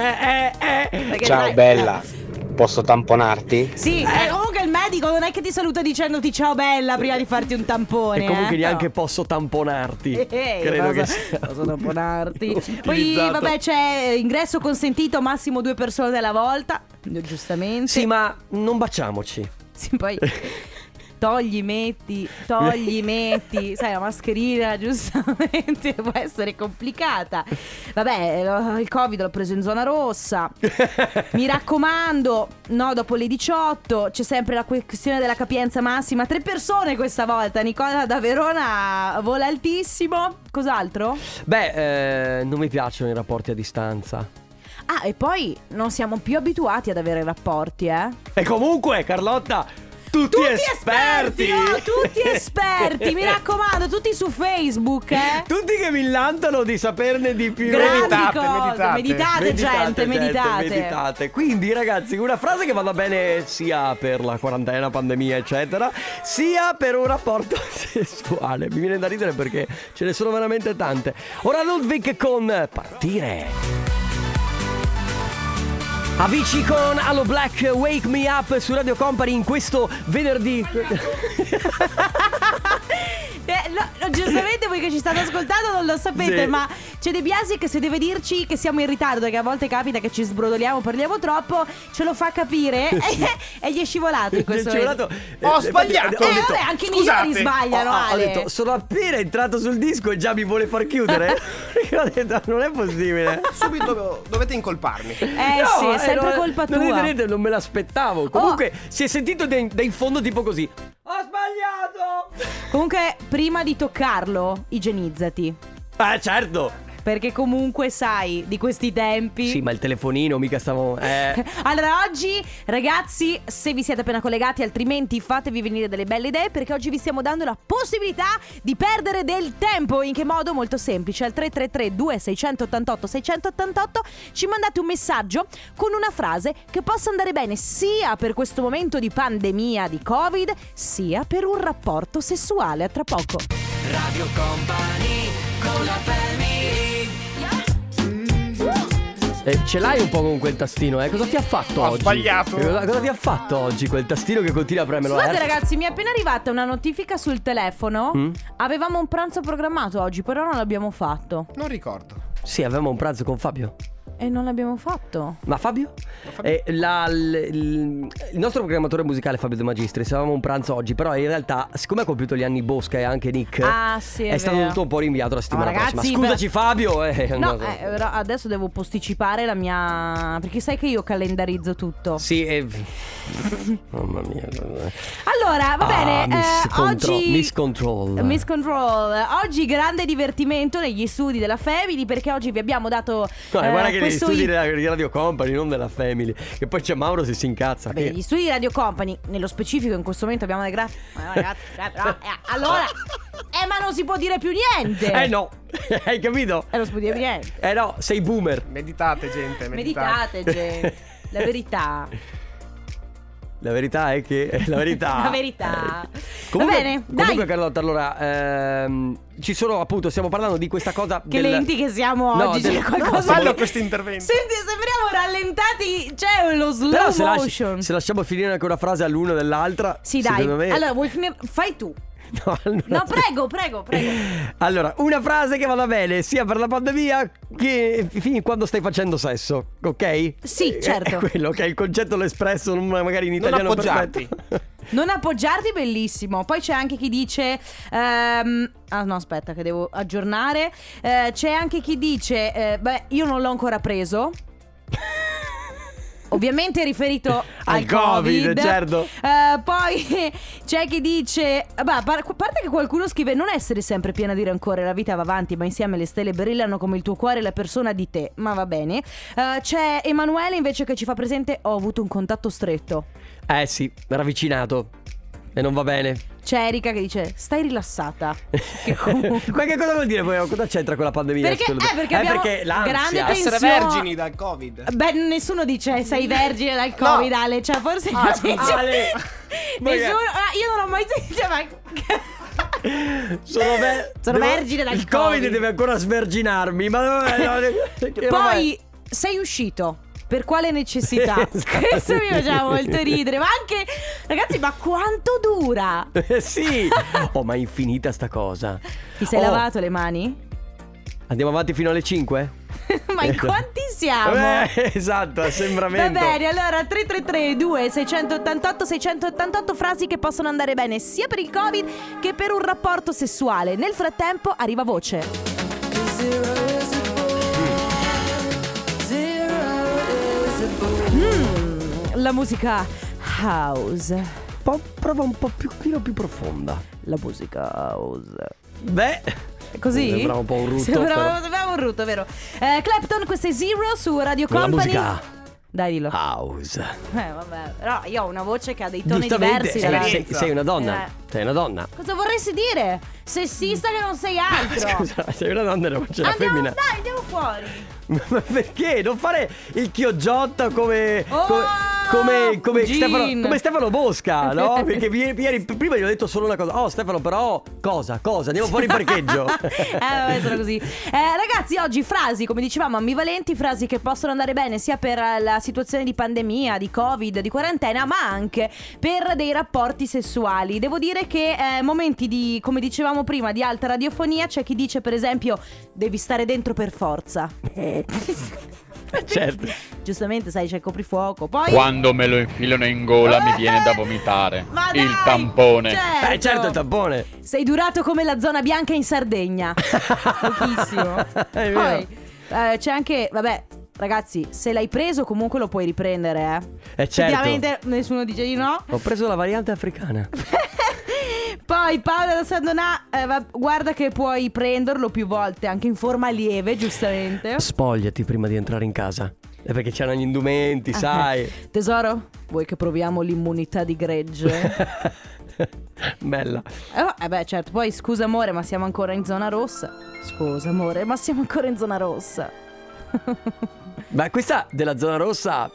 Speaker 1: eh, eh.
Speaker 2: Perché
Speaker 10: Ciao
Speaker 2: sai-
Speaker 10: bella, posso tamponarti?
Speaker 2: Sì, eh, comunque il medico non è che ti saluta dicendoti ciao bella prima di farti un tampone.
Speaker 1: E comunque
Speaker 2: eh.
Speaker 1: neanche
Speaker 2: No.
Speaker 1: posso tamponarti.
Speaker 2: Eh, eh,
Speaker 1: Credo
Speaker 2: cosa-
Speaker 1: che sia.
Speaker 2: cosa tamponarti. Poi
Speaker 1: utilizzato.
Speaker 2: vabbè c'è eh, ingresso consentito massimo due persone alla volta. Giustamente.
Speaker 1: Sì, ma non baciamoci.
Speaker 2: Sì, poi togli, metti, togli, metti. Sai, la mascherina giustamente può essere complicata. Vabbè, lo- il Covid l'ho preso in zona rossa. Mi raccomando, no, dopo le 18 c'è sempre la questione della capienza massima. Tre persone questa volta. Nicola da Verona vola altissimo. Cos'altro?
Speaker 1: Beh, eh, non mi piacciono i rapporti a distanza.
Speaker 2: Ah, e poi non siamo più abituati ad avere rapporti, eh?
Speaker 1: E comunque, Carlotta, tutti,
Speaker 2: Tutti
Speaker 1: esperti!
Speaker 2: esperti, oh, tutti esperti, mi raccomando, tutti su Facebook, eh.
Speaker 1: Tutti che millantano di saperne di più.
Speaker 2: Grandi cose, meditate, gente, meditate.
Speaker 1: meditate. Quindi, ragazzi, una frase che vada bene sia per la quarantena, pandemia, eccetera, sia per un rapporto sessuale. Mi viene da ridere perché ce ne sono veramente tante. Ora Ludwig con partire. Amici con Allo Black Wake Me Up su Radio Company in questo venerdì.
Speaker 2: Eh, no, no, giustamente voi che ci state ascoltando non lo sapete,
Speaker 1: Sì.
Speaker 2: ma c'è De Biasi che se deve dirci che siamo in ritardo, che a volte capita che ci sbrodoliamo, parliamo troppo, ce lo fa capire e, e gli è scivolato in questo
Speaker 1: Ci è volato- eh,
Speaker 10: Ho
Speaker 1: infatti,
Speaker 10: sbagliato.
Speaker 1: ho
Speaker 2: Eh,
Speaker 1: detto-
Speaker 2: vabbè, anche i
Speaker 10: scusate,
Speaker 2: migliori sbagliano,
Speaker 1: ah, ho- ho- ho
Speaker 2: Ale.
Speaker 1: detto, sono appena entrato sul disco e già mi vuole far chiudere. Io ho detto, non è possibile.
Speaker 10: Subito dovete incolparmi.
Speaker 2: Eh
Speaker 1: No,
Speaker 2: sì, è
Speaker 1: eh,
Speaker 2: sempre
Speaker 1: non-
Speaker 2: colpa
Speaker 1: non
Speaker 2: tua. Oh.
Speaker 1: ridete, non me l'aspettavo. Comunque, si è sentito dai dai in fondo tipo così. Ho sbagliato!
Speaker 2: Comunque, prima di toccarlo, igienizzati.
Speaker 1: Eh, certo!
Speaker 2: Perché comunque sai di questi tempi.
Speaker 1: Sì, ma il telefonino mica stavo... Eh...
Speaker 2: Allora oggi ragazzi se vi siete appena collegati altrimenti fatevi venire delle belle idee perché oggi vi stiamo dando la possibilità di perdere del tempo in che modo? Molto semplice al 333 2688 688 ci mandate un messaggio con una frase che possa andare bene sia per questo momento di pandemia di covid sia per un rapporto sessuale A tra poco
Speaker 3: Radio Company con la family
Speaker 1: Eh, ce l'hai un po' con quel tastino, eh? Cosa ti ha fatto
Speaker 10: Ho
Speaker 1: oggi?
Speaker 10: sbagliato.
Speaker 1: Eh, Cosa, cosa ti ha fatto oggi quel tastino che continua a premerlo?
Speaker 2: Scusate
Speaker 1: eh?
Speaker 2: ragazzi, mi è appena arrivata una notifica sul telefono.
Speaker 1: Mm?
Speaker 2: Avevamo un pranzo programmato oggi, però non l'abbiamo fatto.
Speaker 10: Non ricordo.
Speaker 1: Sì, avevamo un pranzo con Fabio.
Speaker 2: E non l'abbiamo fatto.
Speaker 1: Ma Fabio?
Speaker 10: Fabio.
Speaker 1: Eh, la- l- l- il nostro programmatore musicale Fabio De Magistris avevamo un pranzo oggi, però in realtà, siccome ha compiuto gli anni Bosca e anche Nick,
Speaker 2: Ah, sì, è
Speaker 1: è, stato
Speaker 2: vero.
Speaker 1: tutto un po' rinviato la settimana
Speaker 2: Oh, ragazzi,
Speaker 1: prossima. Scusaci, Fabio. eh,
Speaker 2: No,
Speaker 1: no, no.
Speaker 2: eh, però adesso devo posticipare la mia. Perché sai che io calendarizzo tutto.
Speaker 1: Sì, eh, mamma mia.
Speaker 2: Allora, va
Speaker 1: Ah,
Speaker 2: bene.
Speaker 1: miss
Speaker 2: eh,
Speaker 1: contro-
Speaker 2: oggi...
Speaker 1: miss control.
Speaker 2: Miss Control. Oggi grande divertimento negli studi della Family perché oggi vi abbiamo dato.
Speaker 1: No, guarda
Speaker 2: eh,
Speaker 1: che negli
Speaker 2: questo
Speaker 1: studi
Speaker 2: hit.
Speaker 1: della- di Radio Company, non della Family. Che poi c'è Mauro se si incazza.
Speaker 2: Vabbè,
Speaker 1: che-
Speaker 2: gli studi di Radio Company, nello specifico in questo momento abbiamo le grazie. eh, Allora, eh, ma non si può dire più niente.
Speaker 1: Eh no, hai capito?
Speaker 2: Eh, non si può dire niente.
Speaker 1: Eh cioè, no, sei boomer.
Speaker 10: Meditate gente,
Speaker 2: Meditate, gente. La verità.
Speaker 1: La verità è che è la verità.
Speaker 2: La verità.
Speaker 1: Eh, Comunque,
Speaker 2: Va bene,
Speaker 1: comunque
Speaker 2: dai.
Speaker 1: Carlotta, allora ehm, ci sono appunto, stiamo parlando di questa cosa
Speaker 2: Che
Speaker 1: del-
Speaker 2: lenti che siamo
Speaker 1: No,
Speaker 2: oggi.
Speaker 1: del-
Speaker 2: c'è qualcosa.
Speaker 1: no,
Speaker 10: Fallo
Speaker 2: che-
Speaker 10: questo intervento.
Speaker 2: Senti, sembriamo rallentati. C'è lo slow
Speaker 1: Però se, lasci-
Speaker 2: motion.
Speaker 1: se lasciamo finire anche una frase all'una dell'altra
Speaker 2: Sì, dai.
Speaker 1: secondo me-
Speaker 2: Allora, vuoi finire? Fai tu.
Speaker 1: No, allora-
Speaker 2: No, prego, prego, prego.
Speaker 1: Allora, una frase che vada bene sia per la pandemia che fin quando stai facendo sesso, ok?
Speaker 2: Sì,
Speaker 1: Eh,
Speaker 2: certo.
Speaker 1: È quello che è il concetto l'ho espresso non- magari in italiano
Speaker 10: appoggiarti.
Speaker 1: perfetto.
Speaker 2: Non appoggiarti, bellissimo. Poi c'è anche chi dice. ehm, ah, no, aspetta, che devo aggiornare. Eh, c'è anche chi dice: eh, Beh, io non l'ho ancora preso. ovviamente è riferito al,
Speaker 1: Al Covid, certo.
Speaker 2: Eh, poi c'è chi dice, vabbè, a par- a parte che qualcuno scrive non essere sempre piena di rancore, la vita va avanti, ma insieme le stelle brillano come il tuo cuore e la persona di te, ma va bene. Eh, c'è Emanuele invece che ci fa presente ho avuto un contatto stretto.
Speaker 1: Eh sì, ravvicinato. E non va bene.
Speaker 2: C'è Erika che dice stai rilassata. Che comunque
Speaker 1: Ma che cosa vuol dire poi? Cosa c'entra con la pandemia?
Speaker 2: Perché-
Speaker 1: secondo te?
Speaker 2: eh, perché abbiamo
Speaker 1: perché l'ansia.
Speaker 2: grande pensione.
Speaker 10: Essere
Speaker 2: Penso-
Speaker 10: vergini dal covid
Speaker 2: Beh, nessuno dice sei vergine dal
Speaker 10: No.
Speaker 2: Covid, Ale. Cioè, forse
Speaker 10: Ah,
Speaker 2: non
Speaker 10: scusa.
Speaker 2: dice-
Speaker 1: Ale. Ma che-
Speaker 2: Nessuno. Ah, io non ho mai sentito. Ma...
Speaker 1: Sono, ver-
Speaker 2: Sono
Speaker 1: devo-
Speaker 2: vergine dal
Speaker 1: Il COVID,
Speaker 2: Covid.
Speaker 1: deve ancora sverginarmi. Ma eh, vabbè,
Speaker 2: Poi sei uscito. Per quale necessità?
Speaker 1: Esatto.
Speaker 2: Questo mi faceva molto ridere. Ma anche. Ragazzi, ma quanto dura?
Speaker 1: Eh, sì. Oh, ma è infinita sta cosa.
Speaker 2: Ti sei
Speaker 1: Oh,
Speaker 2: lavato le mani?
Speaker 1: Andiamo avanti fino alle 5?
Speaker 2: ma in quanti siamo?
Speaker 1: Eh, esatto,
Speaker 2: Va
Speaker 1: assembramento.
Speaker 2: bene, allora 333 2688 688 frasi che possono andare bene sia per il Covid che per un rapporto sessuale. Nel frattempo arriva voce. Mm, la musica house.
Speaker 1: Po- prova un po' più, un pochino più profonda.
Speaker 2: La musica house.
Speaker 1: Beh, Mm,
Speaker 2: Così?
Speaker 1: Sembrava un po' un rutto,
Speaker 2: Sembrava,
Speaker 1: però.
Speaker 2: sembrava un rutto, vero? Eh, Clapton, questo è Zero su Radio
Speaker 1: Con la
Speaker 2: Company.
Speaker 1: musica.
Speaker 2: Dai, dillo.
Speaker 1: house.
Speaker 2: Eh, vabbè, però io ho una voce che ha dei toni
Speaker 1: Giustamente,
Speaker 2: diversi.
Speaker 1: eh,
Speaker 2: dalla-
Speaker 1: sei, sei una donna.
Speaker 2: Eh.
Speaker 1: Sei una donna.
Speaker 2: Cosa vorresti dire? Sessista che non sei altro.
Speaker 1: Ah, Scusa, sei una donna e non c'è la
Speaker 2: andiamo,
Speaker 1: femmina.
Speaker 2: dai, andiamo fuori.
Speaker 1: Ma perché? Non fare il chioggiotta come.
Speaker 2: Oh,
Speaker 1: come... Come, come
Speaker 2: Gin.
Speaker 1: Stefano, come Stefano Bosca, no? Perché ieri, ieri- prima gli ho detto solo una cosa. Oh, Stefano, però cosa? Cosa? Andiamo fuori in parcheggio.
Speaker 2: eh, vabbè, sono così. Eh, ragazzi, oggi frasi, come dicevamo, ambivalenti, frasi che possono andare bene sia per eh, la situazione di pandemia, di Covid, di quarantena, ma anche per dei rapporti sessuali. Devo dire che eh, momenti di, come dicevamo prima, di alta radiofonia, c'è chi dice, per esempio, devi stare dentro per forza.
Speaker 1: certo.
Speaker 2: Giustamente, sai, c'è il coprifuoco. Poi Eh,
Speaker 11: Quando me lo infilano in gola mi viene da vomitare.
Speaker 2: Ma dai, cioè,
Speaker 11: Il tampone.
Speaker 1: Eh, certo, il tampone.
Speaker 2: Sei durato come la zona bianca in Sardegna. Pochissimo.
Speaker 1: È vero.
Speaker 2: Poi eh, c'è anche, vabbè, ragazzi, se l'hai preso comunque lo puoi riprendere, eh.
Speaker 1: Eh, certo.
Speaker 2: Ovviamente nessuno dice di no.
Speaker 1: Ho preso la variante africana.
Speaker 2: Ecco. Poi Paola da San Donà, eh, va- guarda che puoi prenderlo più volte, anche in forma lieve, giustamente.
Speaker 1: Spogliati prima di entrare in casa. È perché c'erano gli
Speaker 2: Ah.
Speaker 1: indumenti, sai.
Speaker 2: Tesoro, vuoi che proviamo l'immunità di gregge?
Speaker 1: Bella.
Speaker 2: Eh, va- eh beh, certo, poi scusa amore, ma siamo ancora in zona rossa. Scusa amore, ma siamo ancora in zona rossa.
Speaker 1: Ma questa della zona rossa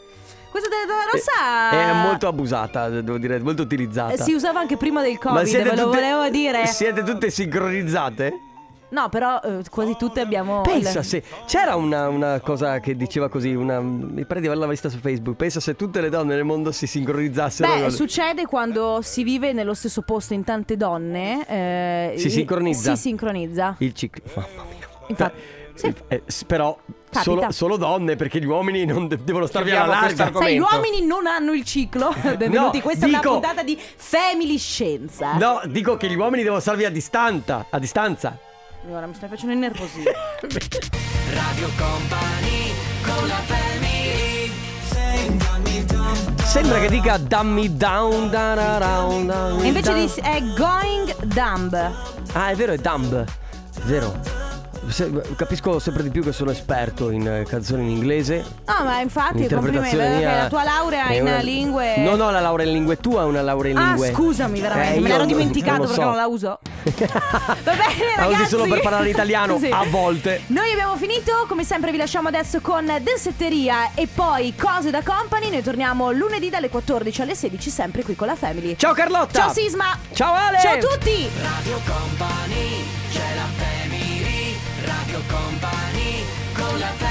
Speaker 2: Questa della zona
Speaker 1: è,
Speaker 2: rossa
Speaker 1: Eh, è molto abusata, devo dire, molto utilizzata.
Speaker 2: Ah. eh, si usava anche prima del
Speaker 1: Ma
Speaker 2: Covid, ve
Speaker 1: siete
Speaker 2: lo
Speaker 1: tutte-
Speaker 2: volevo dire.
Speaker 1: Siete tutte sincronizzate?
Speaker 2: No, però eh, quasi tutte abbiamo
Speaker 1: Pensa
Speaker 2: le-
Speaker 1: se c'era una, una cosa che diceva così, una, mi pare di averla vista su Facebook. Pensa se tutte le donne nel mondo si sincronizzassero.
Speaker 2: Beh, succede quando si vive nello stesso posto in tante donne. eh,
Speaker 1: Si
Speaker 2: i-
Speaker 1: sincronizza.
Speaker 2: Si sincronizza.
Speaker 1: Il ciclo. Mamma mia.
Speaker 2: Infatti, sì.
Speaker 1: Eh, s- però
Speaker 2: Capita.
Speaker 1: solo, solo donne, perché gli uomini non de- devono star via alla
Speaker 10: Chiudiamo questo
Speaker 1: larga.
Speaker 10: argomento.
Speaker 2: Sai, gli uomini non hanno il ciclo. Benvenuti,
Speaker 1: No,
Speaker 2: questa è
Speaker 1: dico-
Speaker 2: una puntata di Family Scienza.
Speaker 1: No, dico che gli uomini devono star via a distanza. A distanza.
Speaker 2: Ora mi stai facendo innervosire.
Speaker 1: Sembra che dica dammi down, da ra ra un da un
Speaker 2: E invece
Speaker 1: da-
Speaker 2: di è going dumb.
Speaker 1: Ah, è vero, è dumb. È vero. Se- capisco sempre di più che sono esperto in eh, canzoni in inglese.
Speaker 2: No, Ah, ma infatti, complimenti.
Speaker 1: L'interpretazione
Speaker 2: vedo che
Speaker 1: mia
Speaker 2: la tua laurea
Speaker 1: è
Speaker 2: in
Speaker 1: una-
Speaker 2: lingue.
Speaker 1: No, no, la laurea in lingue tua è una laurea in
Speaker 2: Ah,
Speaker 1: lingue.
Speaker 2: scusami, veramente.
Speaker 1: Eh,
Speaker 2: Me
Speaker 1: io
Speaker 2: l'ero
Speaker 1: non-
Speaker 2: dimenticato
Speaker 1: non lo
Speaker 2: perché
Speaker 1: so.
Speaker 2: non la uso. Va bene,
Speaker 1: La
Speaker 2: ragazzi.
Speaker 1: usi solo per parlare italiano, a volte.
Speaker 2: Noi abbiamo finito. Come sempre, vi lasciamo adesso con Densetteria e poi Cose da Company. Noi torniamo lunedì dalle 14 alle 16, sempre qui con la Family.
Speaker 1: Ciao Carlotta!
Speaker 2: Ciao, Sisma.
Speaker 1: Ciao Ale!
Speaker 2: Ciao a tutti.
Speaker 3: Radio Company, c'è la family, Radio Company, con la family.